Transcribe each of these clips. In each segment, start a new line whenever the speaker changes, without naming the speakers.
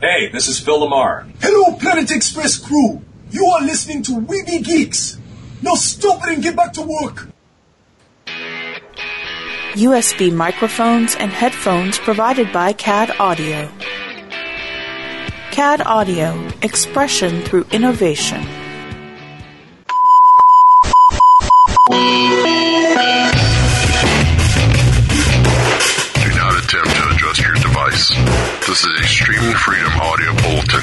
Hey, this is Phil Lamar.
Hello, Planet Express crew. You are listening to Weeby Geeks. Now stop it and get back to work.
USB microphones and headphones provided by CAD Audio. CAD Audio Expression through Innovation.
Do not attempt to adjust your device. This is Extreme Freedom Audio Bulletin.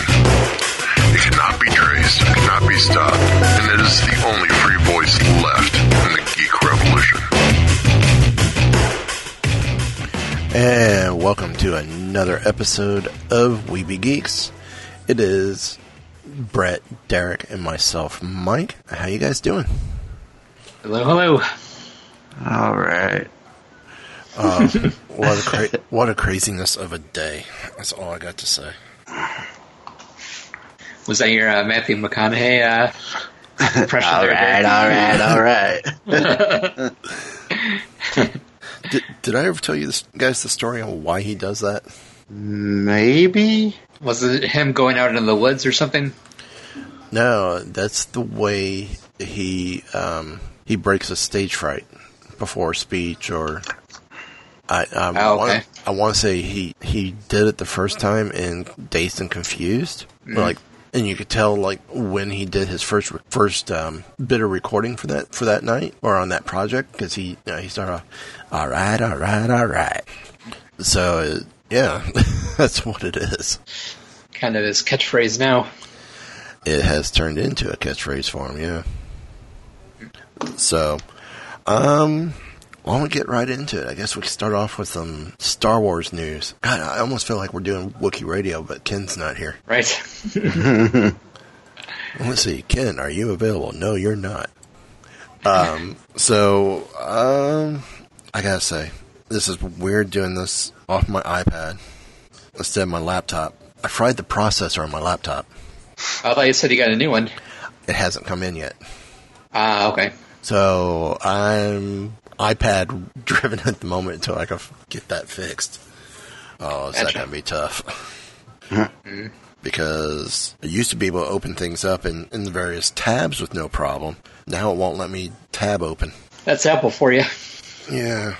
It cannot be traced, it cannot be stopped, and it is the only free voice left in the geek revolution.
And welcome to another episode of Weeby Geeks. It is Brett, Derek, and myself, Mike. How you guys doing?
Hello, hello.
All right.
What a cra- what a craziness of a day. That's all I got to say.
Was that your uh, Matthew McConaughey uh, impression?
All
there,
right,
Dave?
all right, all right.
Did, did I ever tell you this, guys the story on why he does that?
Maybe?
Was it him going out into the woods or something?
No, that's the way he um, he breaks a stage fright before a speech or. I um,
Oh, okay.
want, I want to say he he did it the first time in Dazed and Confused,
Mm.
but, like, and you could tell like when he did his first first um, bit of recording for that for that night or on that project because he you know, he started off, all right, all right, all right. So it, yeah, that's what it is.
Kind of his catchphrase now.
it has turned into a catchphrase for him, yeah. So, um, why don't we get right into it? I guess we can start off with some Star Wars news. God, I almost feel like we're doing Wookiee Radio, but Ken's not here.
Right.
Let's see, Ken, are you available? No, you're not. Um, so, um, I gotta say, this is weird doing this off my iPad instead of my laptop. I fried the processor on my laptop.
I thought you said you got a new one.
It hasn't come in yet.
Ah, okay.
So I'm iPad driven at the moment until I can f- get that fixed. Oh, is that
Gotcha.
going to be tough? because I used to be able to open things up in, in the various tabs with no problem. Now it won't let me tab open.
That's Apple for you.
Yeah.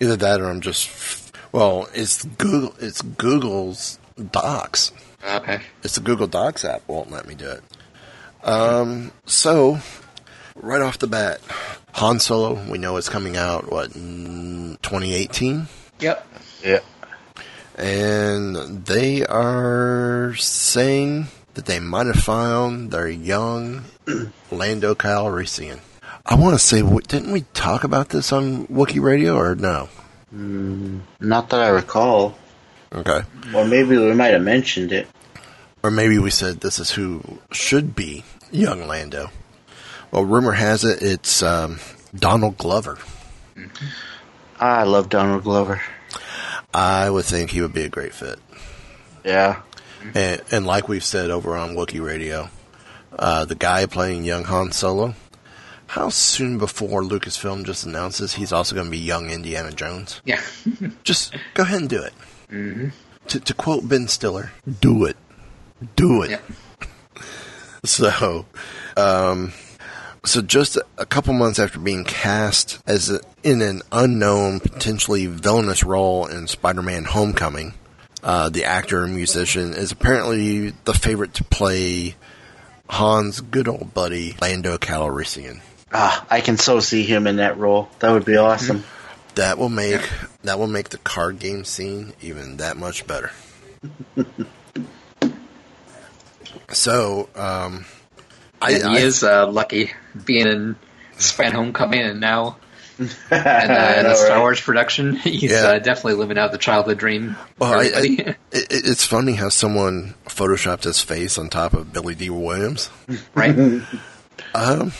Either that or I'm just. f- Well, it's Google. It's Google's Docs.
Okay.
It's the Google Docs app won't let me do it. Um, so right off the bat, Han Solo, we know it's coming out what in 2018,
Yep.
Yeah.
and they are saying that they might have found their young Lando Calrissian. I want to say, what, didn't we talk about this on Wookiee Radio or no?
Not that I recall.
Okay,
Or maybe we might have mentioned it.
or maybe we said this is who should be young Lando. Well, rumor has it it's um, Donald Glover.
Ah, I love Donald Glover.
I would think he would be a great fit.
Yeah.
And, and like we've said over on Wookiee Radio, uh, the guy playing young Han Solo, how soon before Lucasfilm just announces he's also going to be young Indiana Jones?
Yeah.
Just go ahead and do it. Mm-hmm. To, to quote Ben Stiller, do it. Do it.
Yep.
So, um, so just a couple months after being cast as a, in an unknown, potentially villainous role in Spider-Man: Homecoming, uh, the actor and musician is apparently the favorite to play Han's good old buddy Lando Calrissian.
Ah, I can so see him in that role. That would be awesome.
That will make that will make the card game scene even that much better. so, um, I,
And he
I-
is uh, lucky being in Span Homecoming and now and, uh, in
I know,
a Star
right?
Wars production. He's
Yeah.
uh, definitely living out the childhood dream.
Well,
for
I, I,
everybody.
it, it- it's funny how someone photoshopped his face on top of Billy D. Williams. Um,
right?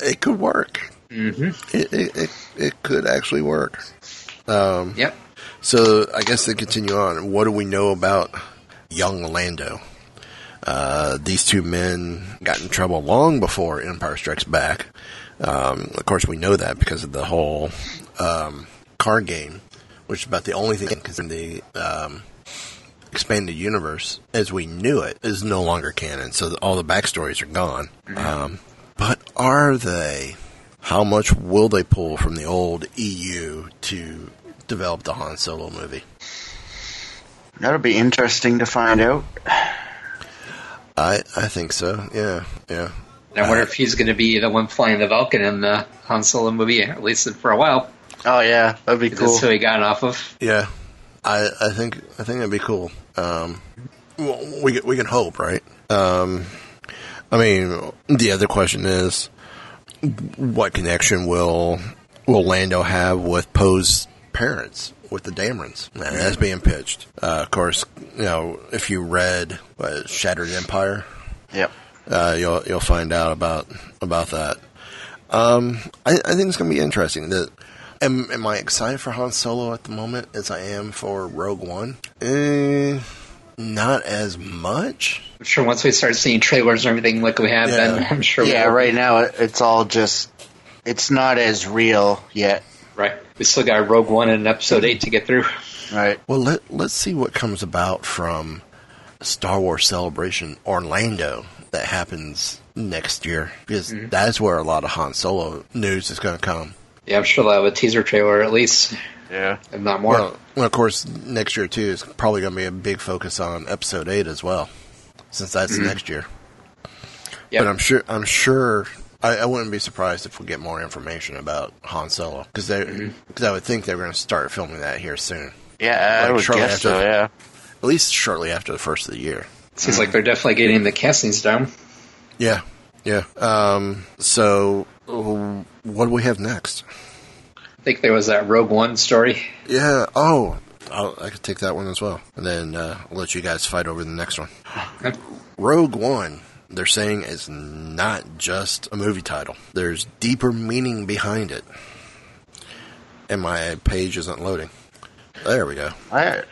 It could work. Mm-hmm. It, it, it it could actually work.
Yep.
So I guess they continue on. What do we know about young Lando? Uh, these two men got in trouble long before Empire Strikes Back. Um, of course, we know that because of the whole um, card game, which is about the only thing because the um, expanded universe as we knew it is no longer canon. So all the backstories are gone. Um, but are they? How much will they pull from the old EU to develop the Han Solo movie?
That'll be interesting to find out.
I I think so. Yeah, yeah.
And I wonder if he's going to be the one flying the Vulcan in the Han Solo movie, at least for a while.
Oh yeah, that'd be
'cause
cool.
That's who he got off of.
Yeah, I I think I think that'd be cool. Um, well, we can- we can hope, right? Um, I mean, the other question is, what connection will will Lando have with Poe's parents, with the Damerons? And that's being pitched. Uh, of course, you know if you read uh, Shattered Empire,
Yep.
uh, you'll you'll find out about about that. Um, I, I think it's going to be interesting. That am, am I excited for Han Solo at the moment as I am for Rogue One? Eh, not as much.
I'm sure once we start seeing trailers and everything like we have, then
Yeah.
I'm sure
Yeah,
we'll,
right now it- it's all just it's not as real yet,
right. We still got Rogue One and Episode 8 to get through.
right?
Well, let let's see what comes about from Star Wars Celebration Orlando that happens next year because that's where a lot of Han Solo news is going to come.
Yeah, I'm sure they'll have a teaser trailer at least,
Yeah.
if not more.
Well, well, of course, next year too is probably going to be a big focus on Episode Eight as well, since that's next year.
Yep.
But I'm sure I'm sure I, I wouldn't be surprised if we get more information about Han Solo because they because I would think they're going to start filming that here soon,
Yeah, I
Like
would
shortly
guess
after
so.
the-
Yeah.
at least shortly after the first of the year.
Seems like they're definitely getting the castings down.
Yeah, yeah. Um, so uh, what do we have next?
I think there was that Rogue One story.
Yeah. Oh, I'll, I could take that one as well, and then uh, I'll let you guys fight over the next one. Rogue One, they're saying, is not just a movie title. There's deeper meaning behind it. And my page isn't loading. There we go.
I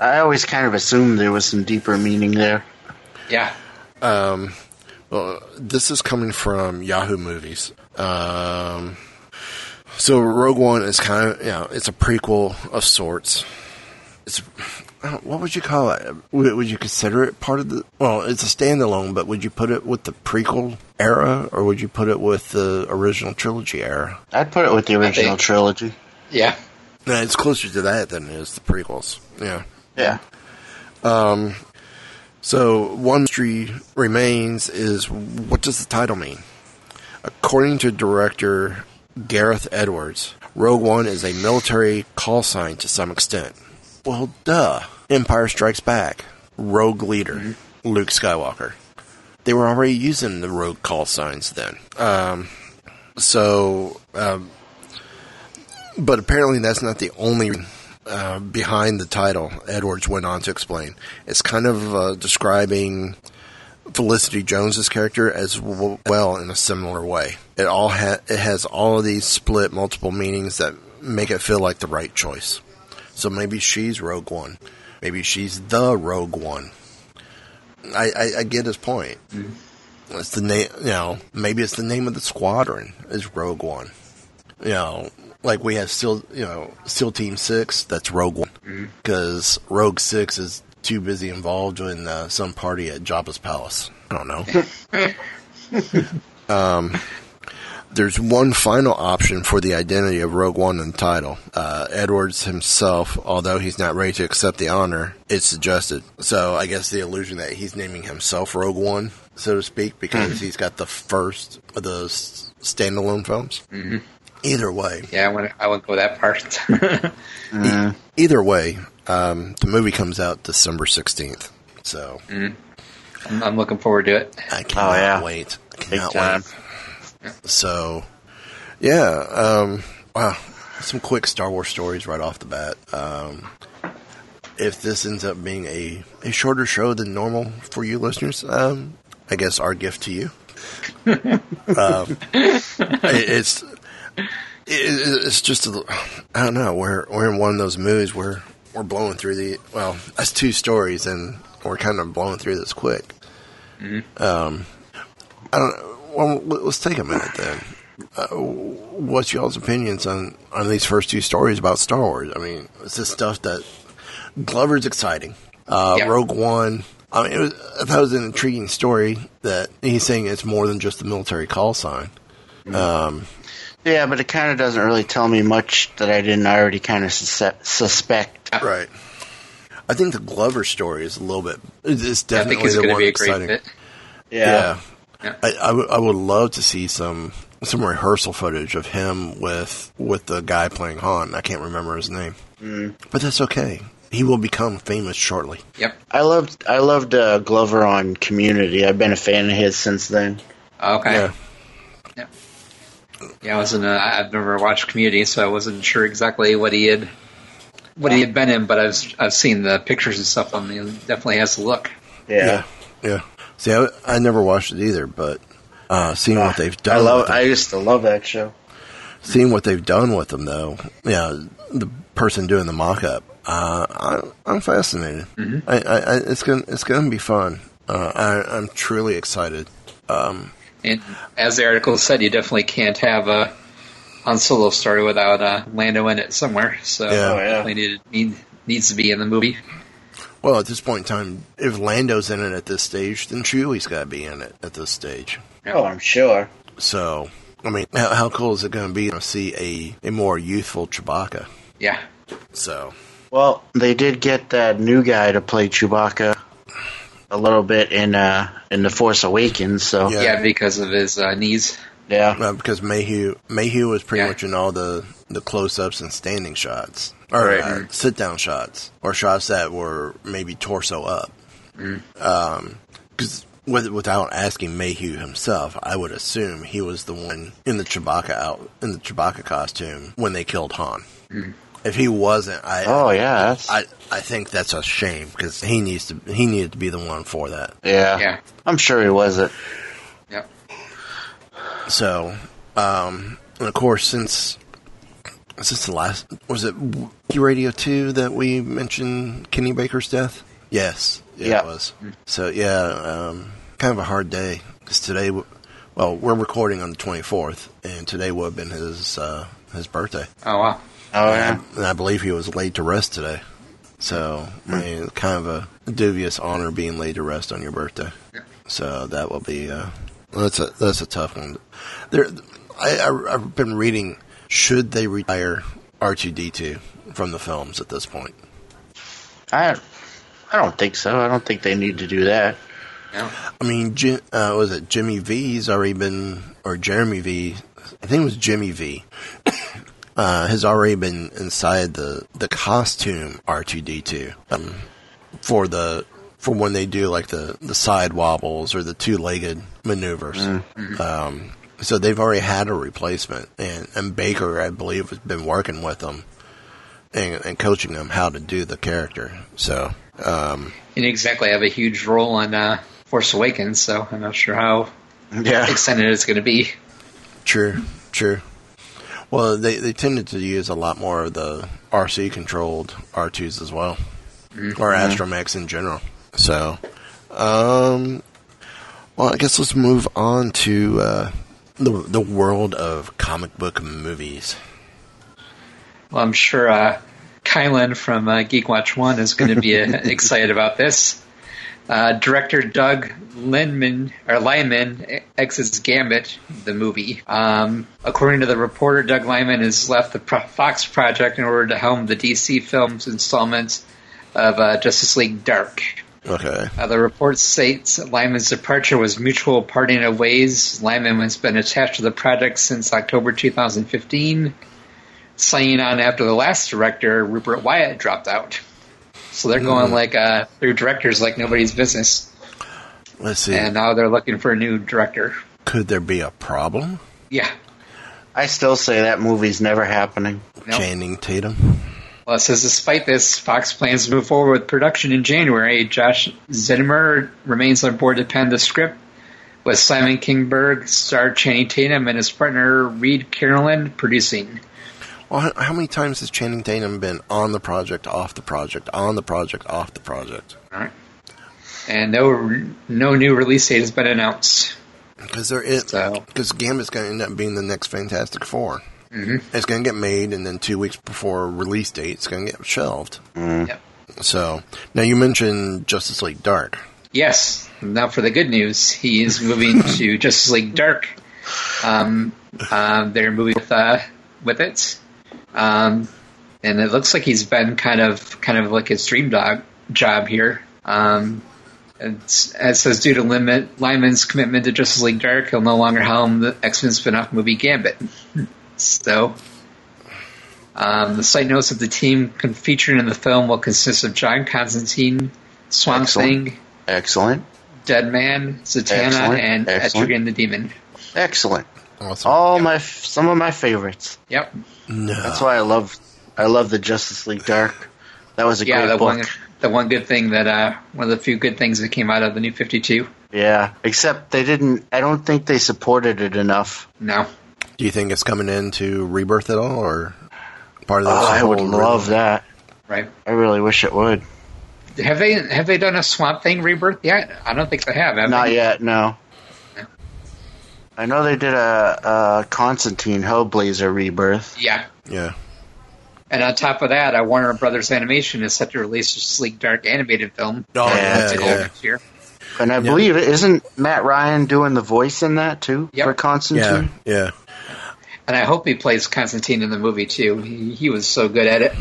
I always kind of assumed there was some deeper meaning there.
Yeah.
Well, this is coming from Yahoo Movies. Um, so Rogue One is kind of, you know, it's a prequel of sorts. It's I don't- what would you call it? Would, would you consider it part of the? Well, it's a standalone, but would you put it with the prequel era, or would you put it with the original trilogy era?
I'd put it with the original
think-
trilogy.
Yeah.
No, it's closer to that than it is the prequels. Yeah.
Yeah.
So one mystery remains is what does the title mean? According to director Gareth Edwards, Rogue One is a military call sign to some extent. Well, duh. Empire Strikes Back, Rogue Leader, Luke Skywalker. They were already using the rogue call signs then. Um, so, um, but apparently that's not the only uh, behind the title, Edwards went on to explain. It's kind of uh, describing Felicity Jones's character as w- well in a similar way. It all ha- it has all of these split multiple meanings that make it feel like the right choice. So maybe she's Rogue One. Maybe she's the Rogue One. I, I, I get his point. It's the name, you know. Maybe it's the name of the squadron is Rogue One you know, like we have still, you know, SEAL Team Six. That's Rogue One because Rogue Six is too busy involved in uh, some party at Jabba's palace. I don't know. um, there's one final option for the identity of Rogue One in the title. Uh, Edwards himself, although he's not ready to accept the honor, it's suggested. So I guess the illusion that he's naming himself Rogue One, so to speak, because he's got the first of those standalone films. Either way,
Yeah, I wouldn't, I wouldn't go that part.
E-
Mm.
either way, um, the movie comes out December sixteenth. So
I'm, I'm looking forward to it.
I cannot
Mm. Oh, yeah.
wait. I
Big
cannot
time.
wait. So yeah, um, wow, some quick Star Wars stories right off the bat. Um, if this ends up being a, a shorter show than normal for you listeners, um, I guess our gift to you. um, it- it's it, it's just a, I don't know. We're we're in one of those moods where we're blowing through the well. That's two stories, and we're kind of blowing through this quick. Um, I don't. know. Well, let- let's take a minute then. Uh, what's y'all's opinions on on these first two stories about Star Wars? I mean, it's this stuff that Glover's exciting. Uh,
Yeah.
Rogue One. I mean, it was, I thought it was an intriguing story that he's saying it's more than just a military call sign.
Yeah, but it kind of doesn't really tell me much that I didn't already kind of sus- suspect.
Right. I think the Glover story is a little bit. It's
I think
definitely
it's
the
going to
one
be a great
exciting.
fit.
Yeah.
Yeah.
I, I, w- I would love to see some some rehearsal footage of him with with the guy playing Han. I can't remember his name, but that's okay. He will become famous shortly.
Yep.
I loved I loved uh, Glover on Community. I've been a fan of his since then.
Okay.
Yeah.
Yeah. Yeah, I wasn't. Uh, I've never watched Community, so I wasn't sure exactly what he had, what he had been in. But I've I've seen the pictures and stuff on the. it Definitely has the look.
Yeah.
yeah. yeah. See, I, I never watched it either, but uh, seeing what they've done,
I love.
with it-
I used to love that show.
seeing what they've done with them, though. Yeah, the person doing the mock-up, uh, I'm, I'm fascinated. I, I, I, it's gonna it's gonna be fun. Uh, I, I'm truly excited. Um,
And as the article said, you definitely can't have a Han Solo story without uh, Lando in it somewhere. So
Yeah.
Oh, yeah.
definitely needed, need, needs to be in the movie.
Well, at this point in time, if Lando's in it at this stage, then Chewie's got to be in it at this stage.
Oh, I'm sure.
So, I mean, how, how cool is it going to be to see a, a more youthful Chewbacca?
Yeah.
So,
Well, they did get that new guy to play Chewbacca a little bit in uh in the Force Awakens. So
Yeah.
yeah, because of his uh, knees.
yeah,
uh, because Mayhew Mayhew was pretty
Yeah.
much in all the, the close ups and standing shots, or
Right.
uh, sit down shots, or shots that were maybe torso up.
Mm.
Because with, without asking Mayhew himself, I would assume he was the one in the Chewbacca out in the Chewbacca costume when they killed Han.
Mm.
If he wasn't, I
Oh yeah, that's,
I I think that's a shame because he needs to he needed to be the one for that.
yeah.
Yeah.
I'm sure he wasn't.
Yep.
So, um, and of course, since since the last was it W- Radio Two that we mentioned Kenny Baker's death? Yes, yeah,
Yeah.
it was. So yeah, um, kind of a hard day because today, w- well, we're recording on the twenty fourth, and today would have been his uh, his birthday,
Oh wow.
Oh yeah.
and I believe he was laid to rest today. So, I mean, kind of a dubious honor being laid to rest on your birthday. So that will be uh, that's a that's a tough one. There, I, I I've been reading. Should they retire R two D two from the films at this point?
I I don't think so. I don't think they need to do that.
Yeah.
I mean, Ji- uh, was it Jimmy V's already been or Jeremy V? I think it was Jimmy V. Uh, has already been inside the the costume R two D two um, for the for when they do like the the side wobbles or the two legged maneuvers. Um, so they've already had a replacement, and and Baker, I believe, has been working with them and, and coaching them how to do the character. So.
He didn't exactly have a huge role in uh, Force Awakens, so I'm not sure how
Yeah.
extended it's going to be.
True, true. Well, they, they tended to use a lot more of the RC controlled R2s as well, or Astromex in general. So, um, well, I guess let's move on to uh, the the world of comic book movies.
Well, I'm sure uh, Kylan from uh, Geek Watch One is going to be uh, excited about this. Uh, director Doug Lineman or Lyman exits Gambit, the movie. Um, according to the reporter, Doug Lyman has left the Pro- Fox project in order to helm the DC Films installments of uh, Justice League Dark.
Okay,
Uh, the report states that Lyman's departure was mutual parting of ways. Lyman has been attached to the project since October 2015, signing on after the last director, Rupert Wyatt, dropped out. So they're going like uh, through directors like nobody's business,
let's see.
and now they're looking for a new director.
Could there be a problem?
Yeah,
I still say that movie's never happening.
Nope.
Channing Tatum.
Well, it says despite this, Fox plans to move forward with production in January. Josh Zinmer remains on board to pen the script, with Simon Kingberg, star Channing Tatum, and his partner Reed Carolyn producing.
Well, how, how many times has Channing Tatum been on the project, off the project, on the project, off the project?
All right. And no, no new release date has been announced.
Because there is
So-
because Gambit's going to end up being the next Fantastic 4 Mm-hmm. It's going to get made, and then two weeks before release date, it's going to get shelved.
Yep.
So now you mentioned Justice League Dark.
Yes. Now for the good news, he is moving to Justice League Dark. Um, uh, they're moving with uh, with it, um, and it looks like he's been kind of kind of like his dream dog job here. Um, it's, it says due to Lyman, Lyman's commitment to Justice League Dark, he'll no longer helm the X Men spin off movie Gambit. so um, the site notes that the team con- featured in the film will consist of John Constantine, Swamp
Excellent.
Thing,
Excellent.
Deadman, Zatanna,
Excellent,
and
excellent.
Etrigan the Demon.
Excellent.
Awesome.
All my some of my favorites.
Yep.
no.
That's why I love I love the Justice League Dark. That was a
Yeah,
great
the
book.
one the one good thing that uh one of the few good things that came out of the new fifty two.
Yeah, except they didn't. I don't think they supported it enough.
No.
Do you think it's coming into Rebirth at all, or part of this?
Oh, I would
whole
love
rhythm?
that.
Right.
I really wish it would.
Have they have they done a swamp thing rebirth yet? I don't think they have, have
Not
they?
yet, no. I know they did a, a Constantine Hellblazer rebirth.
Yeah.
Yeah.
And on top of that, uh, Warner Brothers Animation is set to release a sleek dark animated film
Oh
Yeah,
yeah,
it's
uh,
yeah.
next year.
And I believe it isn't Matt Ryan doing the voice in that too
Yep.
for
yeah,
Constantine.
yeah.
And I hope he plays Constantine in the movie too. He, he was so good at it.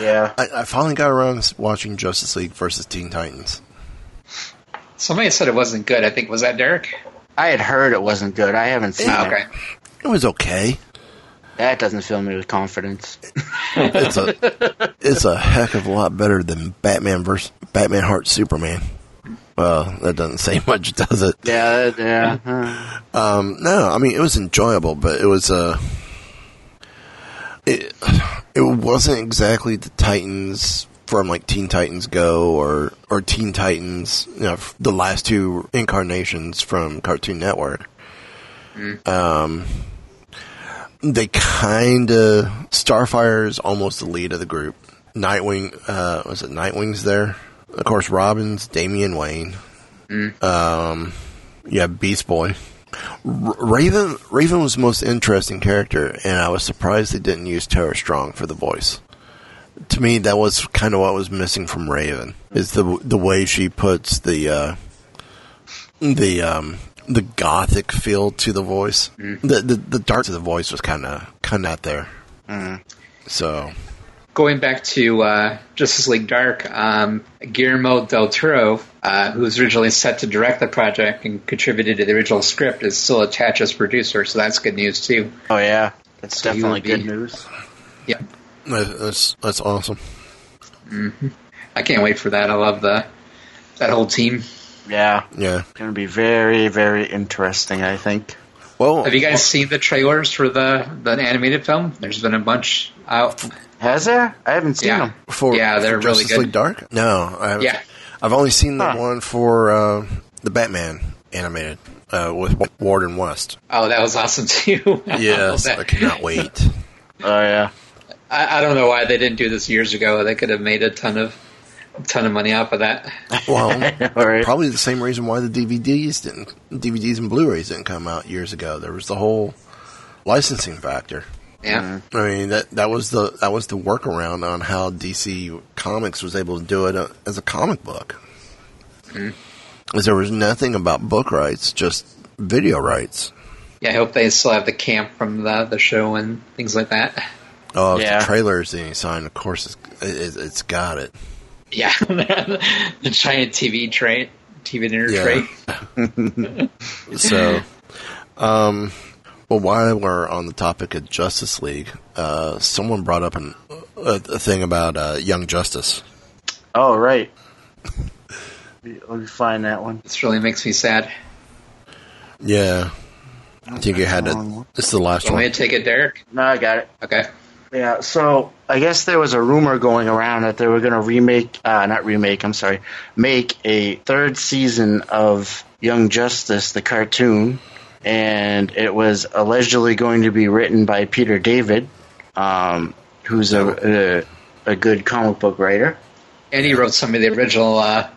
Yeah,
I, I finally got around to watching Justice League versus Teen Titans.
Somebody said it wasn't good. I think was that Derek?
I had heard it wasn't good. I haven't seen
Ah,
it.
okay.
It was okay.
That doesn't fill me with confidence.
It's a it's a heck of a lot better than Batman versus Batman Heart Superman. Well, that doesn't say much, does it?
yeah, that- yeah. huh.
Um, no, I mean it was enjoyable, but it was uh, it it wasn't exactly the Titans from like Teen Titans Go or or Teen Titans, you know, f- the last two incarnations from Cartoon Network. Um, they kind of Starfire is almost the lead of the group. Nightwing, uh, was it Nightwing's there? Of course, Robin's Damian Wayne. Um, yeah, Beast Boy. Raven Raven was the most interesting character, and I was surprised they didn't use Tara Strong for the voice. To me, that was kind of what was missing from Raven is the the way she puts the uh, the um, the gothic feel to the voice. The, the the dark to the voice was kind of kind of not there. So
going back to uh, Justice League Dark, um, Guillermo del Toro, uh, who was originally set to direct the project and contributed to the original script, is still attached as producer, so that's good news too.
Oh yeah, that's
So you
definitely
would be-
good news.
Yeah,
that- that's that's awesome.
I can't wait for that. I love the that whole team.
Yeah,
Yeah.
going to be very, very interesting. I think.
Well,
Have you guys seen the trailers for the the animated film? There's been a bunch out.
Has there? I haven't seen
Yeah,
them.
for
yeah, they're
for
really
Justice
good.
League Dark? No, I haven't.
Yeah.
I've only seen the
Huh.
one for uh, the Batman animated uh, with Ward and West.
Oh, that was awesome too. I love
Yes,
that.
I cannot wait.
Oh yeah.
I, I don't know why they didn't do this years ago. They could have made a ton of ton of money off of that.
Well,
All right.
probably the same reason why the DVDs didn't, DVDs and Blu-rays didn't come out years ago. There was the whole licensing factor.
Yeah.
I mean that that was the that was the workaround on how DC Comics was able to do it uh, as a comic book.
Hmm.
Because there was nothing about book rights, just video rights.
Yeah, I hope they still have the camp from the the show and things like that.
Oh, if
Yeah.
the trailer is any sign, of course it's, it, it's got it.
Yeah, the giant TV tray, TV dinner
Yeah.
tray.
So, um, well, while we're on the topic of Justice League, uh, someone brought up an, a, a thing about uh, Young Justice.
Oh right. Let me find that one.
This really makes me sad.
Yeah, I think you had it. This is the last
Want me
one.
to take it, Derek?
No, I got it.
Okay.
Yeah, so I guess there was a rumor going around that they were going to remake, uh, not remake, I'm sorry, make a third season of Young Justice, the cartoon, and it was allegedly going to be written by Peter David, um, who's a, a a good comic book writer.
And he wrote some of the original, uh,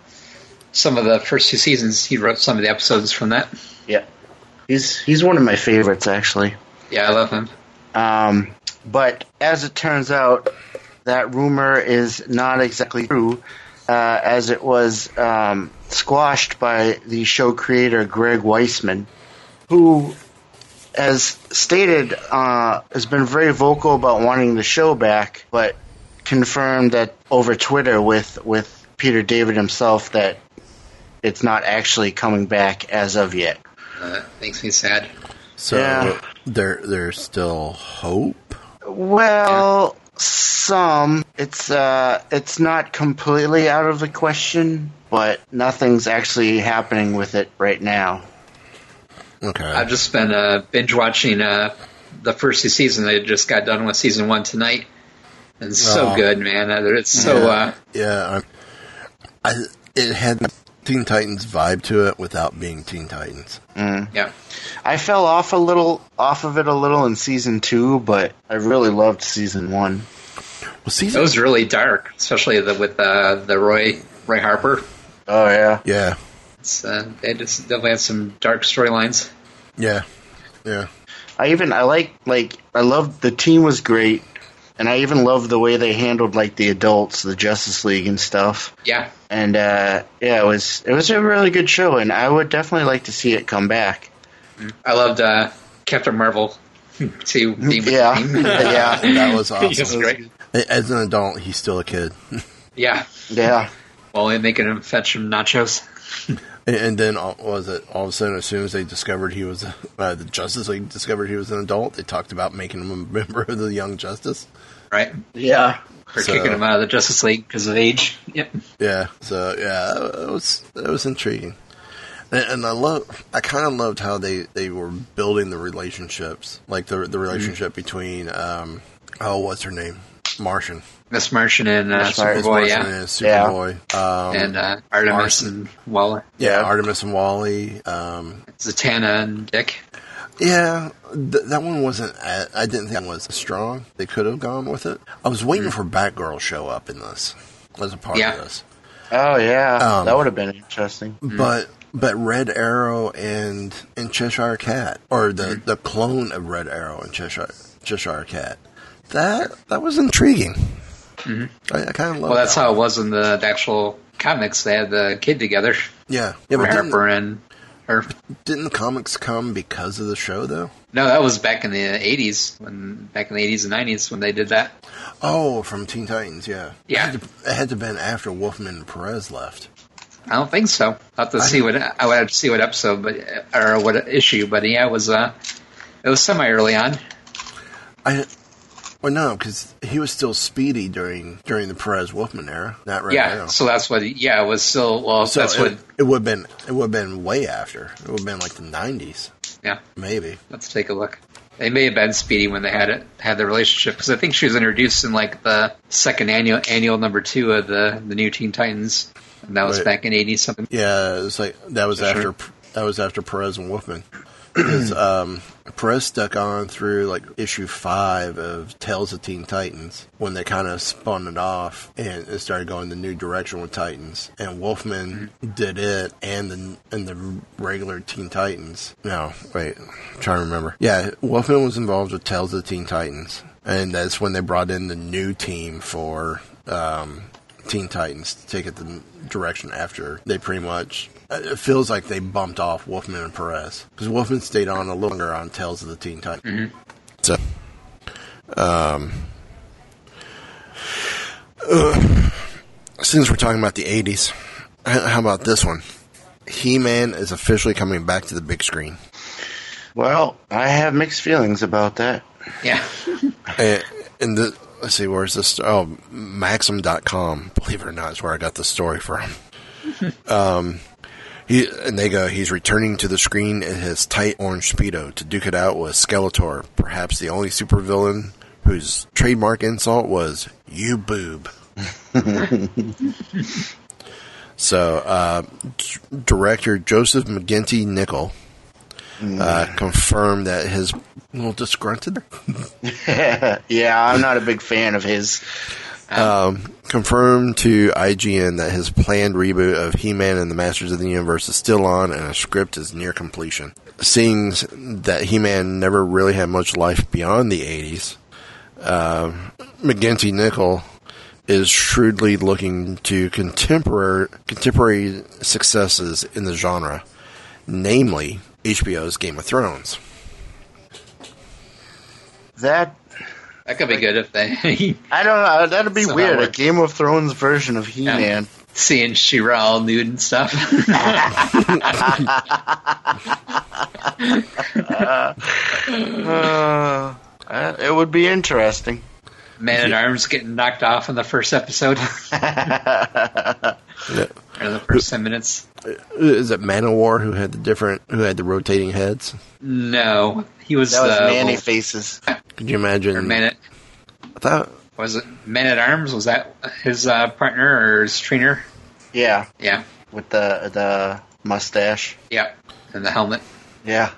some of the first two seasons. He wrote some of the episodes from that.
Yeah, he's he's one of my favorites actually.
Yeah, I love him.
Um, but as it turns out, that rumor is not exactly true, uh, as it was um, squashed by the show creator Greg Weisman, who has stated uh, has been very vocal about wanting the show back, but confirmed that over Twitter with with Peter David himself that it's not actually coming back as of yet.
Uh, makes me sad.
So
Yeah.
there there's still hope.
Well, some it's uh it's not completely out of the question, but nothing's actually happening with it right now.
Okay.
I've just been uh, binge watching uh, the first two seasons. I just got done with season one tonight, and it's so
Oh.
good, man. Uh, It's so uh,
yeah. I, I it had Teen Titans vibe to it without being Teen Titans.
uh, yeah.
I fell off a little off of it a little in season 2, but I really loved season 1.
Well, season
It was really dark, especially the, with uh, the Roy Roy Harper.
Oh yeah.
yeah,
It's, uh, they just definitely had some dark storylines.
yeah, yeah.
I even I like like I loved the team was great and I even loved the way they handled like the adults, the Justice League and stuff.
Yeah,
And uh yeah, it was it was a really good show and I would definitely like to see it come back.
I loved uh, Captain Marvel too. Being with
Yeah.
the team.
yeah.
That was awesome.
It was great.
A- As an adult, he's still a kid.
Yeah,
Yeah.
while well, making him fetch him nachos.
And- And then all- was it all of a sudden? As soon as they discovered he was uh, the Justice League discovered he was an adult, they talked about making him a member of the Young Justice.
Right,
Yeah.
for
So-
kicking him out of the Justice League because of age. Yep.
Yeah. So yeah, it was it was intriguing, and, and I love I kind of loved how they they were building the relationships, like the
Mm-hmm.
the relationship between um oh what's her name Martian
Miss Martian and uh,
Miss Mar-
Superboy,
Miss
yeah,
Martian and Superboy um,
and uh, Artemis and Waller,
yeah Artemis and Wally um
Zatanna and Dick.
yeah th- that one wasn't I, I didn't think it was strong they could have gone with it I was waiting for Batgirl to show up in this as a part
Mm. Yeah.
of this
Oh yeah.
Um,
that would have been interesting.
Mm.
but but Red Arrow and and Cheshire Cat or the
Mm.
the clone of Red Arrow and Cheshire Cheshire Cat that that was intriguing. I, I kind of love
Mm-hmm. Well, that's
that.
how it was in the, the actual comics. They had the kid together,
yeah yeah. But
Harper
didn't,
and her.
didn't the comics come because of the show though?
No, that was back in the '80s when back in the '80s and '90s when they did that.
Oh, from Teen Titans, yeah.
Yeah.
it had to, it had to been after Wolfman and Perez left.
I don't think so. I'll have to see what I would have to see what episode, but or what issue. But yeah, it was uh, it was semi early on.
I well no, because he was still Speedy during during the Perez Wolfman era, not Red
yeah,
Arrow.
so that's what. Yeah, it was still well.
So
that's
it,
what.
it would have been it would have been way after. It would have been like the nineties.
Yeah.
Maybe.
Let's take a look. They may have been Speedy when they had it had the relationship because I think she was introduced in like the second annual annual number two of the the new Teen Titans, and that was
Right.
back in eighty something.
Yeah, it's like that was
That's
after that was after Perez and Wolfman. Because um, Perez stuck on through like issue five of Tales of Teen Titans when they kind of spun it off and it started going the new direction with Titans. And Wolfman did it and the and the regular Teen Titans. No, wait, I'm trying to remember. Yeah, Wolfman was involved with Tales of Teen Titans, and that's when they brought in the new team for um, Teen Titans to take it the direction after they pretty much. It feels like they bumped off Wolfman and Perez because Wolfman stayed on a little longer on Tales of the Teen Titans. So, um, ugh. since we're talking about the '80s, h- how about this one? He-Man is officially coming back to the big screen.
Well, I have mixed feelings about that.
Yeah,
And, and the, let's see, where's this? Oh, Maxim.com, believe it or not, is where I got the story from. um, he, and they go, he's returning to the screen in his tight orange Speedo to duke it out with Skeletor, perhaps the only supervillain whose trademark insult was, you boob. so, uh, d- director Joseph McGinty Nickel uh, confirmed that his little disgruntled
yeah, I'm not a big fan of his.
confirmed to IGN that his planned reboot of He-Man and the Masters of the Universe is still on and a script is near completion. Seeing that He-Man never really had much life beyond the 80s, uh, McGinty Nickel is shrewdly looking to contemporary contemporary successes in the genre, namely HBO's Game of Thrones.
That
That could be good if they
I don't know. That'd be
So that
weird. A
works.
Game of Thrones version of He Man.
seeing Shira all nude and stuff.
Uh, uh, it would be interesting.
Man at Arms getting knocked off in the first episode or the first ten minutes.
Is it Manowar who had the different who had the rotating heads?
No, he was,
That was
uh,
Manny Faces.
Could you imagine?
or Man at
I thought-
was it Man at Arms? Was that his uh, partner or his trainer?
Yeah,
Yeah,
with the the mustache.
yeah, and the helmet.
Yeah.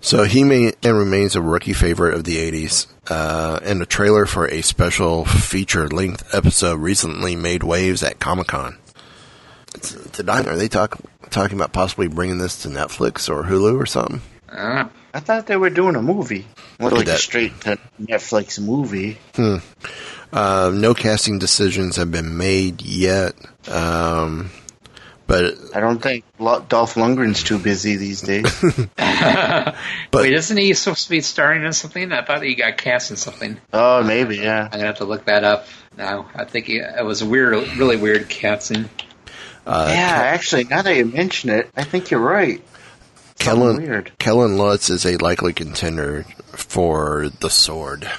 So he may, and remains a rookie favorite of the 80s, uh, and the trailer for a special feature-length episode recently made waves at Comic-Con. It's- Tonight, are they talk, talking about possibly bringing this to Netflix or Hulu or something?
I don't know.
I thought they were doing a movie. More
at
like a
that.
straight to Netflix movie.
Uh, no casting decisions have been made yet, um, but
I don't think Lo- Dolph Lundgren's too busy these days.
But-
Wait, isn't he supposed to be starring in something? I thought he got cast in something.
oh, maybe, yeah.
I'm gonna have to look that up now. I think he, it was a weird, really weird casting.
yeah, actually, now that you mention it, I think you're right. Something
Kellen,
weird.
Kellen Lutz is a likely contender for the sword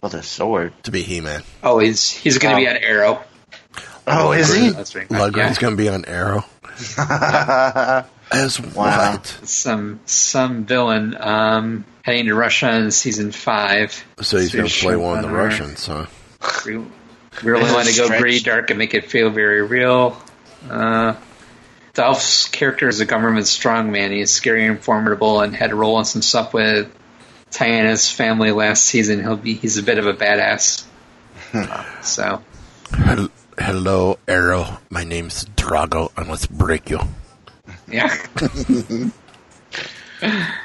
Well, the sword.
to be He-Man.
Oh, he's he's gonna be
Oh.
on Arrow.
Oh, is he?
That's right.
Lundgren's
Yeah.
going to be on Arrow. As
Wow.
what?
some some villain um, heading to Russia in season five.
So he's going to play one of the
showrunner.
Russians, huh?
We we really want to go
Stretch.
pretty dark and make it feel very real. Uh, Dolph's character is a government strongman. He's scary and formidable, and had a role in some stuff with Tiana's family last season. He'll be he's a bit of a badass. so
Hel- Hello, Arrow. My name's Drago. I must break you.
yeah,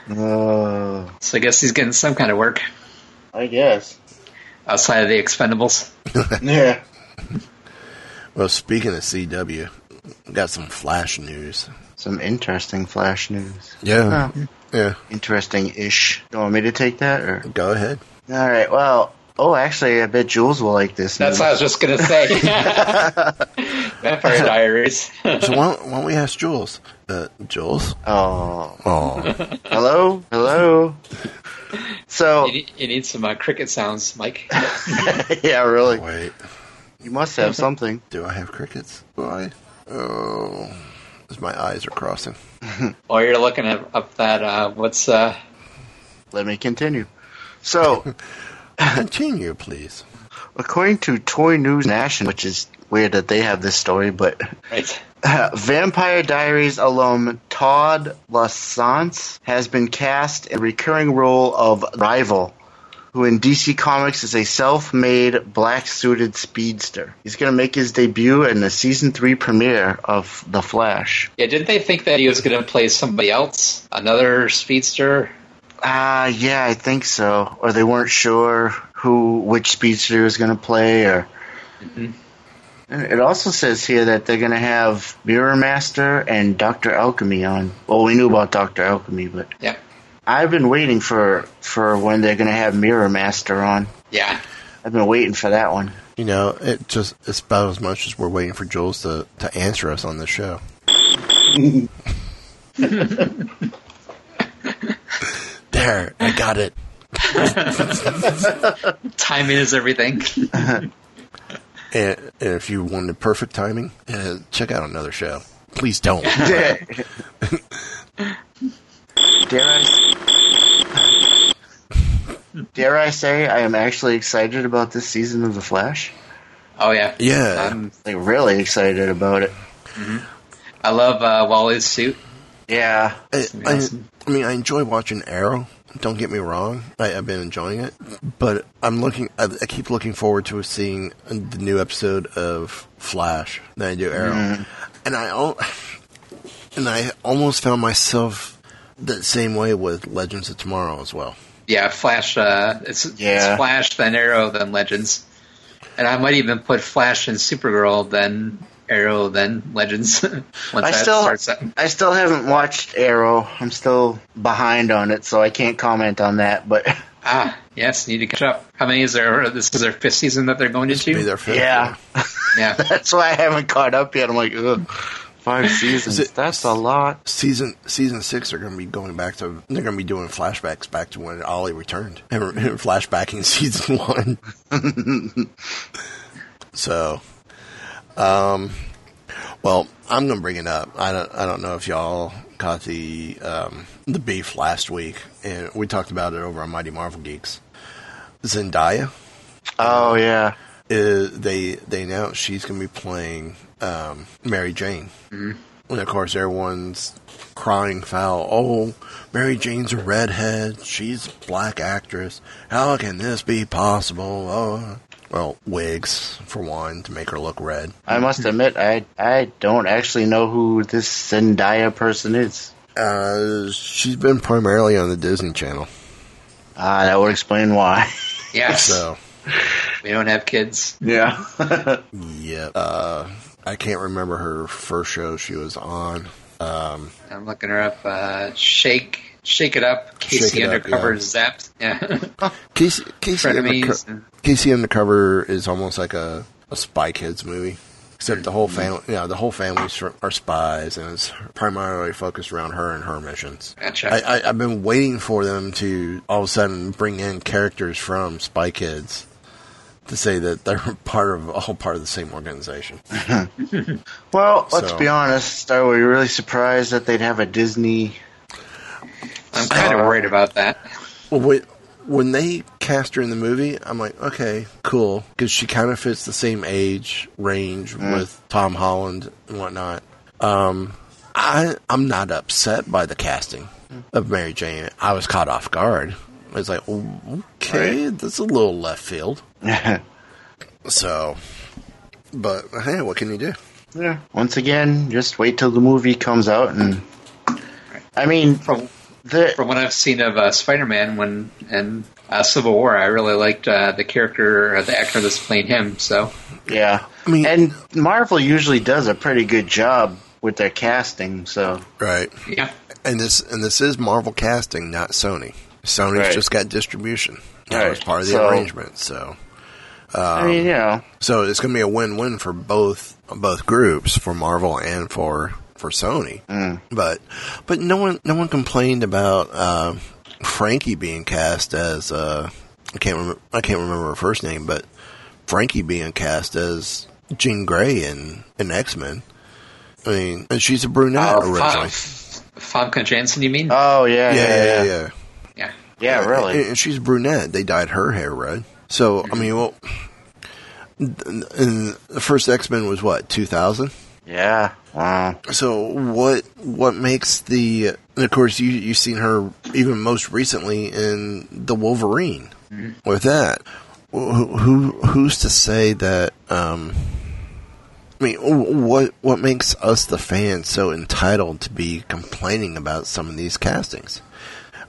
Oh,
so I guess he's getting some kind of work
I guess.
outside of the Expendables.
Yeah.
Well, speaking of CW, we got some Flash news.
Some interesting Flash news.
Yeah.
Oh,
Yeah.
interesting ish. You want me to take that? Or?
Go ahead.
All right, well. Oh, actually, I bet Jules will like this.
That's
news.
what I was just gonna say. Vampire Diaries.
So why don't, why don't we ask Jules? Uh, Jules?
Oh,
Oh.
hello, hello. So
you, need, you need some uh, cricket sounds, Mike.
yeah, really,
Wait.
you must have something.
Do I have crickets? Do I? Oh. 'Cause My eyes are crossing.
While you're looking at, up that, uh, what's uh,
Let me continue. So,
Continue, please.
according to Toy News National, which is weird that they have this story, but
right?
Vampire Diaries alum Todd Lassance has been cast in a recurring role of Rival, who in DC Comics is a self made black suited speedster. He's going to make his debut in the season 3 premiere of The Flash.
Yeah, didn't they think that he was going to play somebody else, another speedster?
Ah, yeah, I think so. Or they weren't sure who, which speedster he was going to play, or. And It also says here that they're going to have Mirror Master and Dr. Alchemy on. Well, we knew about Dr. Alchemy, but
Yeah,
I've been waiting for for when they're gonna have Mirror Master on.
yeah.
I've been waiting for that one.
You know, it just it's about as much as we're waiting for Jules to, to answer us on the show. there, I got it.
Timing is everything.
And, and if you wanted perfect timing, uh, check out another show. Please don't.
Dare I, dare I say I am actually excited about this season of The Flash?
oh yeah,
Yeah.
Um,
Like really excited about it.
I love uh, Wally's suit.
Yeah.
I, I,
awesome.
I mean, I enjoy watching Arrow. Don't get me wrong; I, I've been enjoying it, but I'm looking. I, I keep looking forward to seeing the new episode of Flash than I do Arrow, and I al- and I almost found myself that same way with Legends of Tomorrow as well.
yeah, Flash. Uh, it's,
Yeah.
it's Flash, then Arrow, then Legends, and I might even put Flash and Supergirl, then Arrow, then Legends. once
I
that
still,
starts up.
I still haven't watched Arrow. I'm still behind on it, so I can't comment on that. But
ah yes, need to catch up. How many is there? This is their fifth season that they're going into.
Be their fifth
yeah,
Yeah,
that's why I haven't caught up yet. I'm like, ugh, five seasons.
Is it-
that's a lot.
season season six are going to be going back to they're going to be doing flashbacks back to when Ollie returned and re- flashbacking season one. so, um, well, I'm going to bring it up. I don't I don't know if y'all caught the um, the beef last week, and we talked about it over on Mighty Marvel Geeks. Zendaya
Oh yeah,
is they they announced she's going to be playing um, Mary Jane, and of course everyone's crying foul. Oh, Mary Jane's a redhead. She's a black actress. How can this be possible? Oh, well, wigs for one to make her look red.
I must admit, I I don't actually know who this Zendaya person is.
Uh, she's been primarily on the Disney Channel,
Ah, that would explain why.
yes.
so
We don't have kids.
Yeah.
yeah. Uh, I can't remember her first show she was on. Um,
I'm looking her up. Uh, shake, shake it up.
Shake
Casey
It Up,
undercover
yeah.
zapped. Yeah.
Casey, Casey,
Frenemies.
Underco- Casey Undercover is almost like a, a Spy Kids movie, except the whole family, yeah, the whole families are spies, and it's primarily focused around her and her missions.
gotcha.
I, I, I've been waiting for them to all of a sudden bring in characters from Spy Kids to say that they're part of all part of the same organization.
well, let's
So-
be honest. Are we really surprised that they'd have a Disney?
I'm kind of worried about that.
Well, wait, when they cast her in the movie, I'm like, okay, cool, because she kind of fits the same age range
Mm.
with Tom Holland and whatnot. Um, I I'm not upset by the casting
Mm.
of Mary Jane. I was caught off guard. I was like, okay, that's a little left field. So, but hey, what can you do?
Yeah. Once again, just wait till the movie comes out, and I mean,
From
the
from what I've seen of uh, Spider-Man when and uh, Civil War, I really liked uh, the character, uh, the actor that's playing him. So
yeah,
I mean-
and Marvel usually does a pretty good job with their casting. So
Right.
yeah,
And this and this is Marvel casting, not Sony. Sony's
Right.
just got distribution. That was
Right.
part of the
So-
arrangement. So
I
Um,
mean, you know,
so it's going to be a win-win for both both groups, for Marvel and for for Sony. But but no one no one complained about uh, Frankie being cast as uh, I can't remember I can't remember her first name, but Frankie being cast as Jean Grey in in X Men. I mean, and she's a brunette
Oh, Fa-
originally.
Famke Janssen, you mean?
oh yeah,
yeah, yeah, yeah.
yeah,
yeah.
yeah,
Yeah, really.
And- And she's brunette. They dyed her hair red. So I mean, well, and the first X Men was what two thousand.
yeah. Wow.
So what what makes the and of course you you've seen her even most recently in the Wolverine with that. Who, who who's to say that? Um, I mean, wh- what what makes us the fans so entitled to be complaining about some of these castings?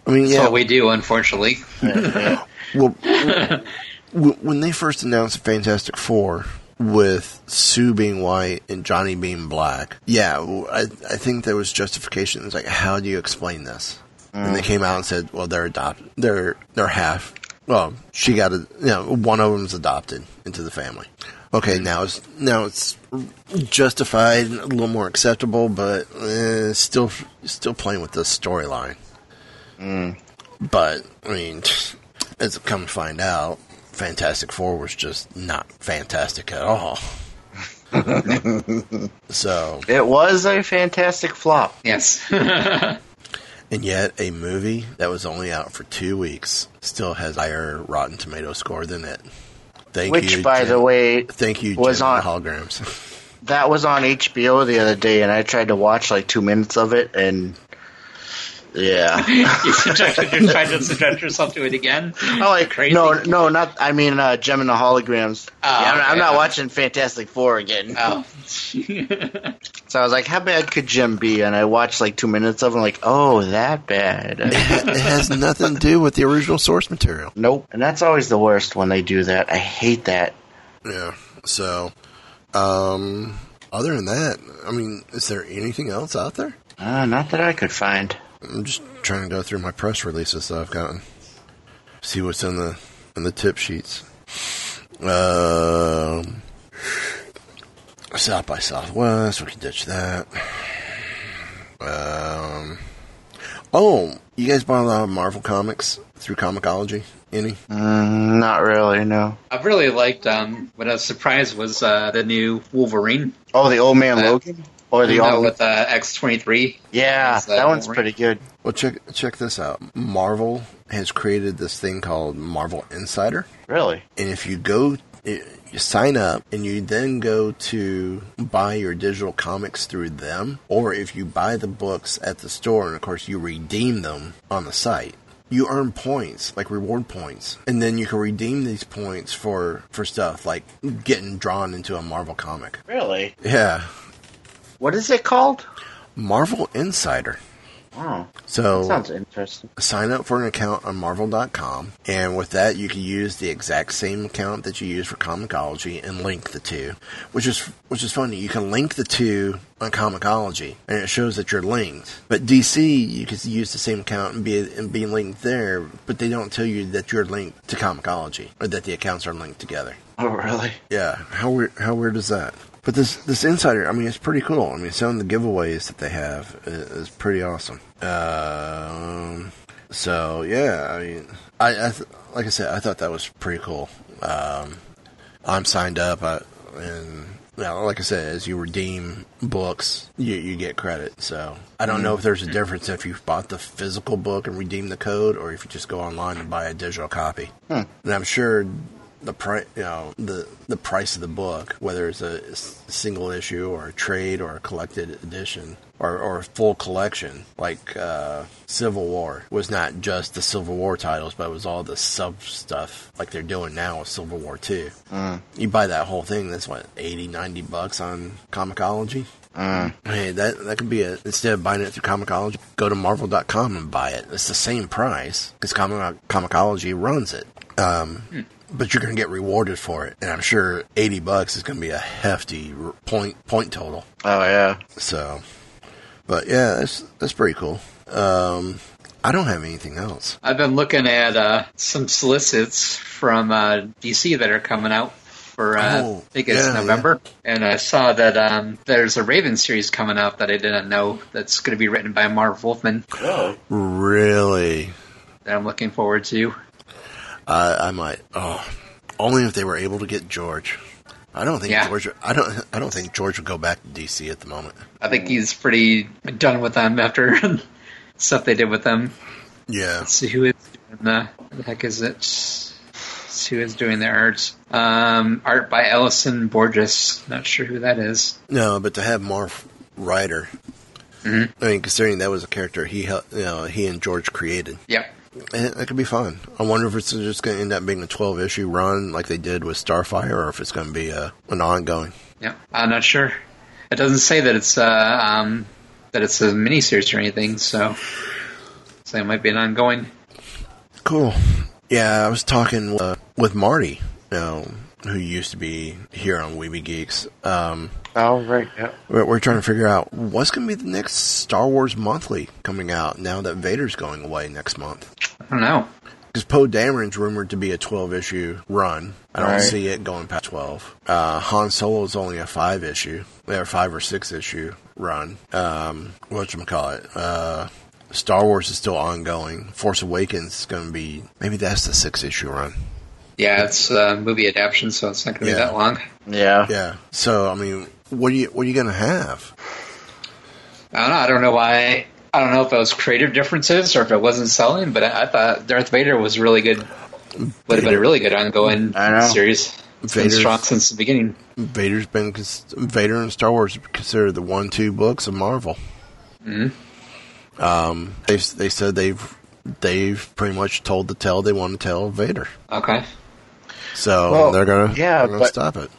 I mean,
That's
yeah,
what Oh, we do, unfortunately.
well, w- when they first announced Fantastic Four with Sue being white and Johnny being black, yeah, w- I, I think there was justification. It's like, how do you explain this? And they came out and said, well, they're adopted. They're they're half. Well, she got a you know one of them's adopted into the family. Okay, now it's now it's justified, a little more acceptable, but eh, still still playing with the storyline. But I mean, as come to find out, Fantastic Four was just not fantastic at all. so,
It was a fantastic flop.
Yes,
and yet a movie that was only out for two weeks still has higher Rotten Tomato score than it. Thank
Which,
you,
by
Jen-
the way,
thank you,
was
Jen
on-
holograms.
that was on HBO the other day, and I tried to watch like two minutes of it, and Yeah.
you subjected your trying to subject yourself to it again.
Oh, like
Crazy.
no, no, not. I mean, uh, Gem and the Holograms.
Oh,
yeah, I'm, I'm not
yeah.
watching Fantastic Four again.
Oh.
So I was like, how bad could Jim be? And I watched like two minutes of. it, I'm like, oh, that bad.
It has nothing to do with the original source material.
nope. And that's always the worst when they do that. I hate that.
Yeah. So, um, other than that, I mean, is there anything else out there?
Uh, not that I could find.
I'm just trying to go through my press releases that I've gotten, see what's in the in the tip sheets. Um, South by Southwest, we can ditch that. Um, oh, you guys buy a lot of Marvel comics through Comicology? Any?
Mm, not really. No.
I really liked. Um, what I was surprised was uh, the new Wolverine.
Oh, the old man Logan or the
you know,
all.
with uh, X twenty three.
yeah,
Is
that,
that
one's
Wolverine?
pretty good.
Well, check check this out. Marvel has created this thing called Marvel Insider.
Really.
And if you go, eh, you sign up, and you then go to buy your digital comics through them, or if you buy the books at the store, and of course you redeem them on the site. You earn points, like reward points, and then you can redeem these points for for stuff like getting drawn into a Marvel comic.
Really.
Yeah,
What is it called?
Marvel Insider.
Oh,
So
sounds interesting.
sign up for an account on marvel.com and with that you can use the exact same account that you use for comicology and link the two which is which is funny you can link the two on comicology and it shows that you're linked but dc you can use the same account and be and be linked there but they don't tell you that you're linked to comicology or that the accounts are linked together
Oh, really?
yeah, how weird, how weird is that? But this this insider, I mean, it's pretty cool. I mean, some of the giveaways that they have i- is, is pretty awesome. Um, so yeah, I mean, I, I th- like I said, I thought that was pretty cool. Um, I'm signed up, I, and yeah, like I said, as you redeem books, you you get credit. So I don't know if there's a difference if you've bought the physical book and redeem the code, or if you just go online and buy a digital copy. And I'm sure the price, you know, the the price of the book, whether it's a s- single issue or a trade or a collected edition or or a full collection, like uh, Civil War, was not just the Civil War titles, but it was all the sub stuff like they're doing now with Civil War Two. You buy that whole thing, that's what 80, 90 bucks on Comicology. Hey, that that could be it. Instead of buying it through Comicology, go to Marvel.com and buy it. It's the same price because Comic- Comicology runs it. Um, But you're going to get rewarded for it, and I'm sure 80 bucks is going to be a hefty r- point point total.
Oh, yeah.
So, but yeah, that's that's pretty cool. Um, I don't have anything else.
I've been looking at uh, some solicits from uh, DC that are coming out for uh,
Oh,
I think it's
yeah,
November, and I saw that um, there's a Raven series coming out that I didn't know that's going to be written by Marv Wolfman
Really?
Really,
that I'm looking forward to.
I I might. Oh, only if they were able to get George. I don't think
Yeah.
George. I don't. I don't think George would go back to DC at the moment.
I think he's pretty done with them after stuff they did with them.
Yeah.
Let's see who is doing the, the heck is it? Let's see who is doing the art? Um, art by Ellison Borges. Not sure who that is.
No, but to have Marv Ryder, I mean, considering that was a character he, hel- you know, he and George created,
Yep.
eh, that could be fun. I wonder if it's just going to end up being a twelve issue run like they did with Starfire, or if it's going to be a, an ongoing.
Yeah, I'm not sure. It doesn't say that it's uh, um, that it's a miniseries or anything, so so it might be an ongoing.
Cool. Yeah, I was talking uh, with Marty, you know, who used to be here on Weeby Geeks. Um,
Oh, right. Yeah.
we're, we're trying to figure out what's going to be the next Star Wars monthly coming out now that Vader's going away next month.
I don't know.
Because Poe Dameron's rumored to be a 12 issue run. I don't
Right.
see it going past 12. Uh, Han Solo's only a 5 issue, or 5 or 6 issue run. Um, whatchamacallit? Uh, Star Wars is still ongoing. Force Awakens is going to be, maybe that's the 6 issue run.
Yeah, it's a movie adaptation, so it's not going to be
Yeah.
that long.
Yeah.
Yeah. So, I mean, what are you, what are you going to have?
I don't know. I don't know why. I don't know if it was creative differences or if it wasn't selling, but I, I thought Darth Vader was really good. Would have been a really good ongoing
I know.
series. It's been
Vader's-
strong since the beginning.
Vader's been, cons- Vader and Star Wars are considered the one two books of Marvel. Um, they they said they've they've pretty much told the tale they want to tell Vader,
Okay.
so
Well,
they're gonna
yeah,
they're gonna
but-
stop it.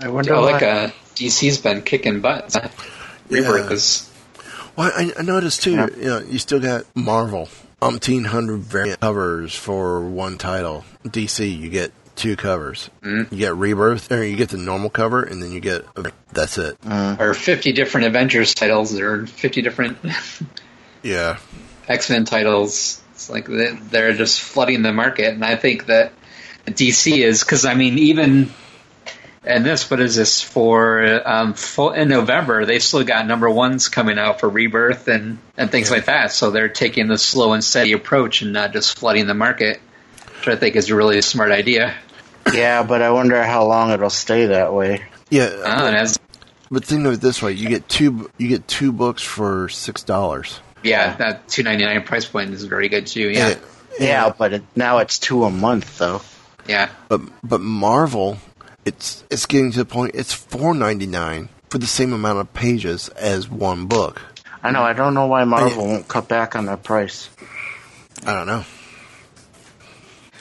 I wonder.
So
why.
like uh, DC's been kicking butt. huh? Rebirth
Yeah.
is
Well, I, I noticed too.
Yeah.
You know, you still got Marvel, umpteen hundred variant covers for one title. DC, you get two covers. You get Rebirth, or you get the normal cover, and then you get that's it.
or fifty different Avengers titles or fifty different
Yeah,
X Men titles. It's like they- they're just flooding the market, and I think that DC is because I mean even and this what is this for um, full in November they've still got number ones coming out for Rebirth and and things like that. So they're taking the slow and steady approach and not just flooding the market, which I think is really a smart idea.
Yeah, but I wonder how long it'll stay that way.
yeah.
Uh, and as
But think of it this way: you get two you get two books for six dollars.
yeah, that two ninety nine price point is very good too. Yeah,
Yeah, but it, now it's two a month though.
yeah.
But but Marvel, it's it's getting to the point. It's four ninety nine for the same amount of pages as one book.
I know. I don't know why Marvel won't cut back on their price.
I don't know.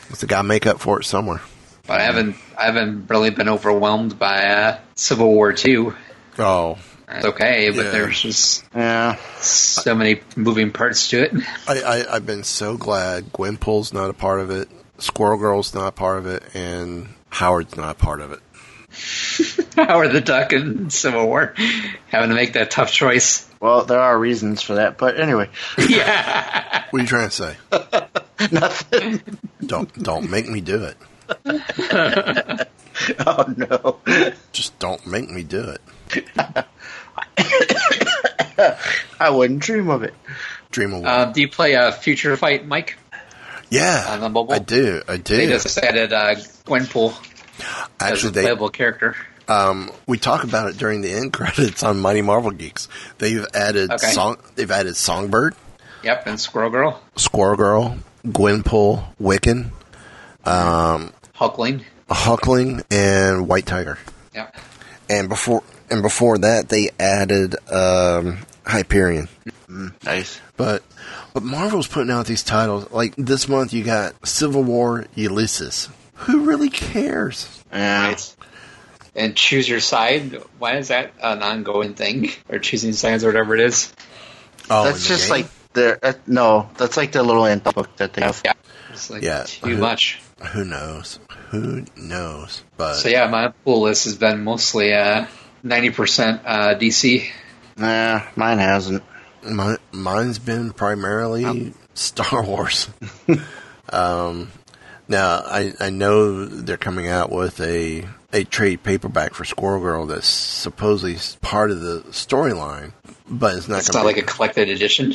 What's the guy make up for it somewhere?
But I haven't I haven't really been overwhelmed by uh, Civil War two.
Oh,
It's okay, but
Yeah.
there's just
Yeah.
so many moving parts to it.
I, I I've been so glad Gwenpool's not a part of it. Squirrel Girl's not a part of it, and Howard's not a part of it.
Howard the Duck and Civil War having to make that tough choice.
Well, there are reasons for that, but anyway,
yeah,
What are you trying to say?
nothing.
don't don't make me do it.
Oh no.
Just don't make me do it.
I wouldn't dream of it.
Dream away.
uh, do you play a Future Fight, Mike?
yeah,
on the mobile?
I do. I do.
They just added uh, Gwenpool as a
Actually, they
playable character.
um, we talk about it during the end credits on Mighty Marvel Geeks. They've added
Okay.
song. They've added Songbird,
Yep, and Squirrel Girl,
Squirrel Girl, Gwenpool, Wiccan,
Hulkling.
Huckling, and White Tiger.
Yep.
And before and before that, they added um, Hyperion.
Nice.
But but Marvel's putting out these titles like this month. You got Civil War, Ulysses. Who really cares?
Yeah.
And choose your side. Why is that an ongoing thing? Or choosing sides or whatever it is.
Oh, in
That's
the
just
game?
like their uh, no. That's like their little ant book that they have.
Yeah. It's like
Yeah.
too much.
who knows? Who knows? But
So yeah, my pool list has been mostly uh, 90% uh, DC.
Nah, mine hasn't.
My, mine's been primarily Star Wars. um, now I I know they're coming out with a a trade paperback for Squirrel Girl that's supposedly s- part of the storyline, but it's not.
It's
gonna
not
be-
like a collected edition.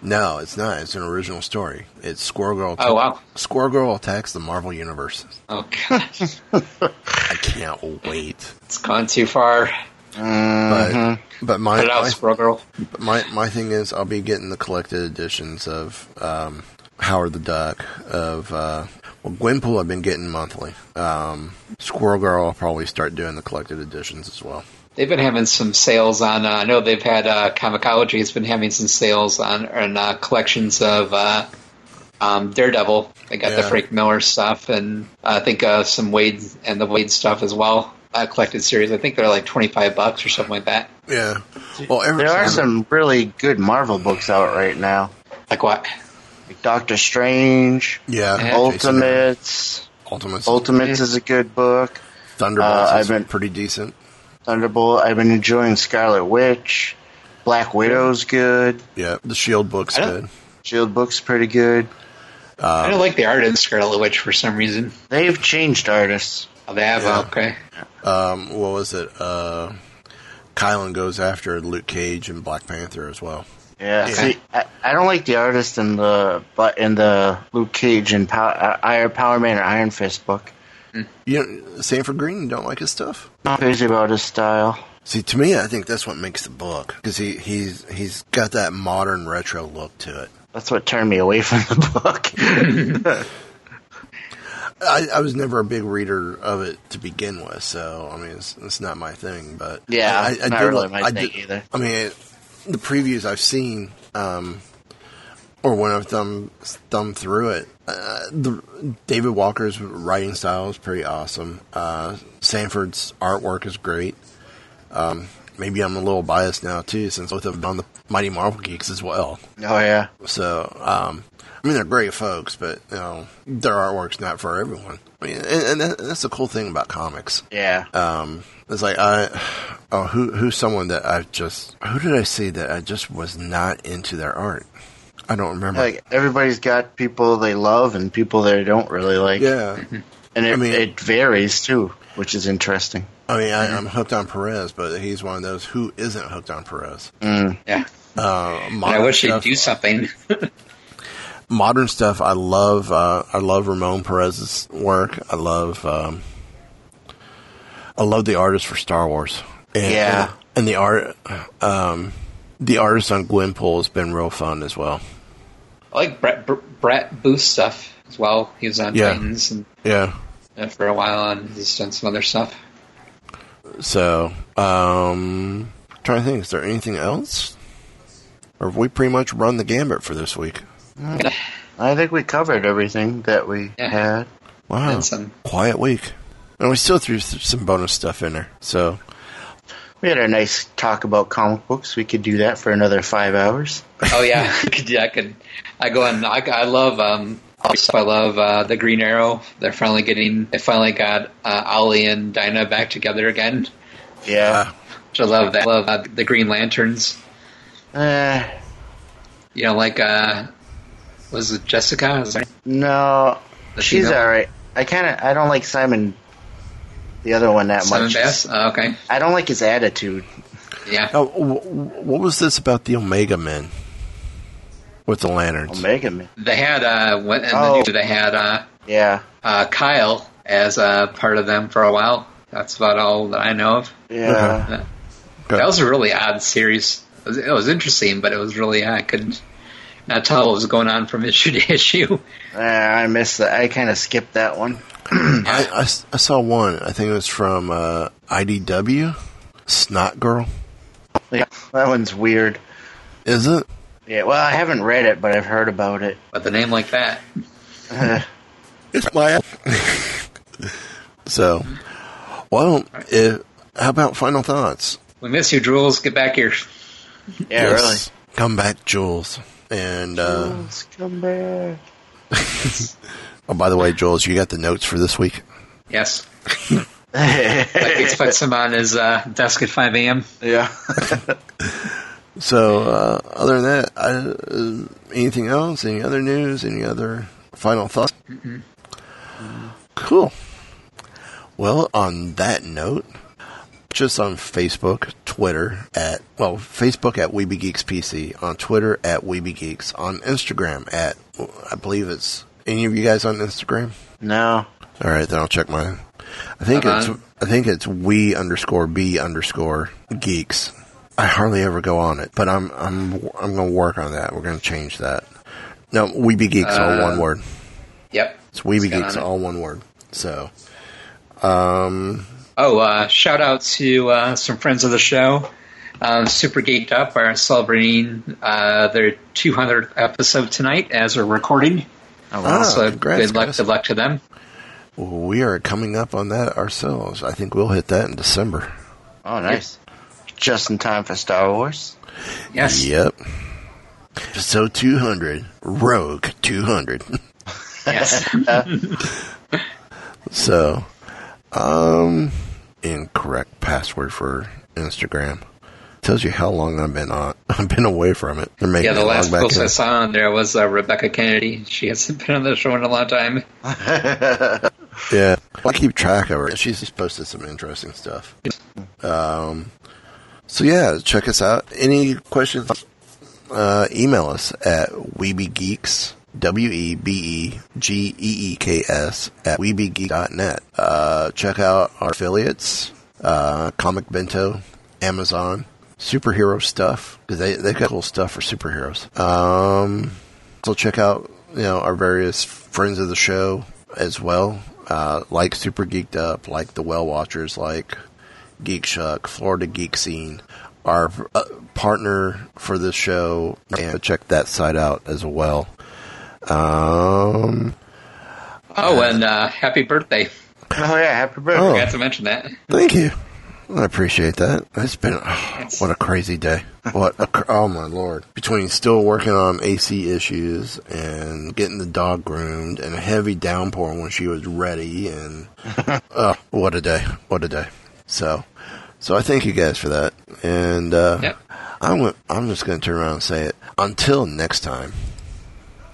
no, it's not. It's an original story. It's Squirrel Girl.
Oh, wow.
Squirrel Girl attacks the Marvel universe.
Oh gosh,
I can't wait.
it's gone too far.
But
Mm-hmm.
but my,
Put it out,
my
Squirrel Girl.
But my my thing is, I'll be getting the collected editions of um, Howard the Duck, of uh, well, Gwenpool. I've been getting monthly. Um, Squirrel Girl. I'll probably start doing the collected editions as well.
They've been having some sales on. Uh, I know they've had uh, Comicology has been having some sales on on uh, collections of uh, um, Daredevil. They got the
Yeah.
Frank Miller stuff, and uh, I think uh, some Wade and the Wade stuff as well. Uh, collected series. I think they're like twenty five bucks or something like that.
Yeah. Well, ever,
There are some really good Marvel books out right now,
Like what?
like Doctor Strange,
Yeah.
Yeah.
Jason Aaron.
Ultimates.
Ultimates.
Ultimates is a good book.
Thunderbolts.
uh,
is
I've been-
pretty decent.
Thunderbolt. I've been enjoying Scarlet Witch. Black Widow's good.
Yeah. The Shield book's
I don't-
good.
Shield book's pretty good.
I don't like the art in Scarlet Witch for some reason.
They've changed artists.
Oh, they have
Yeah.
okay.
Um, what was it? Uh, Kylan goes after Luke Cage and Black Panther as well.
Yeah.
Yeah.
See, I, I don't like the artist in the but in the Luke Cage and Pow- uh, Iron Power Man or Iron Fist book.
You know, Sanford Green. You don't like his stuff.
Not crazy about his style.
See, to me, I think that's what makes the book because he, he's he's got that modern retro look to it.
That's what turned me away from the book.
I, I was never a big reader of it to begin with, so I mean, it's, it's not my thing. But
Yeah,
I, I
it's not
do
really
like-
my
I
thing
do-
either.
I mean, the previews I've seen um, or when I've thumb thumb through it. Uh, the David Walker's writing style is pretty awesome. Uh, Sanford's artwork is great. Um, maybe I'm a little biased now too, since both of them on the Mighty Marvel Geeks as well.
Oh yeah.
So, um, I mean, they're great folks, but you know, their artwork's not for everyone. I mean, and, and that, that's the cool thing about comics.
Yeah.
Um, it's like I, oh, who who's someone that I just who did I see that I just was not into their art? I don't remember.
like everybody's got people they love and people they don't really like.
yeah,
And it,
I mean-
it varies too, which is interesting.
I mean, I, I'm hooked on Perez, but he's one of those who isn't hooked on Perez.
Yeah.
Uh,
And I
modern
wish he'd
stuff-
do something.
modern stuff. I love. Uh, I love Ramon Perez's work. I love. Um, I love the artist for Star Wars. And,
Yeah.
and the art, um, the artist on Gwenpool has been real fun as well.
I like Brett, Br- Brett Booth stuff as well. He was on
Yeah.
Titans and,
Yeah.
uh, for a while, and he's done some other stuff.
So, um, trying to think. Is there anything else? Or have we pretty much run the gambit for this week?
I think we covered everything that we
Yeah.
had.
Wow.
And some-
Quiet week. And we still threw s- some bonus stuff in there. So,
We had a nice talk about comic books. We could do that for another five hours.
Oh yeah, I could, yeah, I could. I go on. I, I love um, stuff. I love uh, the Green Arrow. They're finally getting. They finally got uh, Ollie and Dinah back together again.
Uh,
Yeah.
Which I love that. I love uh, the Green Lanterns.
Eh,
You know, like uh, was it Jessica? Is that-
no,
Does she
she's
know?
all right. I kind of I don't like Simon, the other one that
Simon
much.
Bass. Oh, okay.
I don't like his attitude.
Yeah.
oh, w- w- what was this about the Omega Men with the lanterns?
Omega Man.
They had uh, when, and
Oh.
the new, they had uh,
Yeah.
uh, Kyle as uh, part of them for a while. That's about all that I know of.
Yeah.
That,
Okay.
that was a really odd series. It was, it was interesting, but it was really I couldn't not tell what was going on from issue to issue.
Eh, I missed that. I kind of skipped that one.
I, I s- I saw one. I think it was from uh, IDW. Snot Girl.
Yeah, that one's weird.
Is it?
Yeah, well, I haven't read it, but I've heard about it.
But the name like that,
It's my. so, well, if, how about final thoughts?
we miss you, Jules. Get back here.
Yeah,
Yes. Come back, Jules. And
really.
uh,
Let's come back.
oh, by the way, Jules, you got the notes for this week.
Yes. Like Gates puts him on his uh, desk at 5 a.m.
yeah.
So, uh, other than that, I, uh, anything else? Any other news? Any other final thoughts? Cool. Well, on that note, just on Facebook, Twitter at well, Facebook at Weeby Geeks PC, on Twitter at Weeby Geeks, on Instagram at I believe it's any of you guys on Instagram.
No.
All right, then I'll check mine. I think
Uh-huh.
it's I think it's we underscore b underscore geeks. I hardly ever go on it, but I'm I'm I'm going to work on that. We're going to change that. No, we be geeks all one word.
Yep.
It's we be
got
geeks
Uh, on it.
all one word. So
Oh, uh, shout out to uh, some friends of the show. Um, Super Geeked Up are celebrating uh, their 200th episode tonight as we're recording.
wow.
so
Congrats,
good luck,
guys.
good luck to them.
we are coming up on that ourselves. I think we'll hit that in December.
Oh, nice. Just in time for Star Wars.
Yes.
Yep. So 200 Rogue 200.
Yes.
So, um, incorrect password for Instagram. Tells you how long I've been on. I've been away from it. They're making
yeah, the
me log
last
back
post
in.
I saw on there was uh, Rebecca Kennedy. She hasn't been on the show in a long time.
Yeah, I keep track of her. She's posted some interesting stuff. Um, so yeah, check us out. Any questions? Uh, email us at weebygeeks w e b e g e e k s at weebygeek.net. Uh, check out our affiliates, uh, Comic Bento, Amazon, superhero stuff because they they got cool stuff for superheroes. Um, so check out you know our various friends of the show as well, uh, like Super Geeked Up, like the Well Watchers, like Geek Shuck, Florida Geek Scene, our uh, partner for this show, and check that site out as well. Um,
Oh, and uh, happy birthday.
Oh yeah, happy birthday.
Oh.
Forgot to mention that.
thank you. I appreciate that. It's been what a crazy day. What a cr- oh my lord! Between still working on AC issues and getting the dog groomed and a heavy downpour when she was ready and oh, what a day! What a day! So, so I thank you guys for that. And uh,
Yep.
I'm gonna- I'm just going to turn around and say it. Until next time.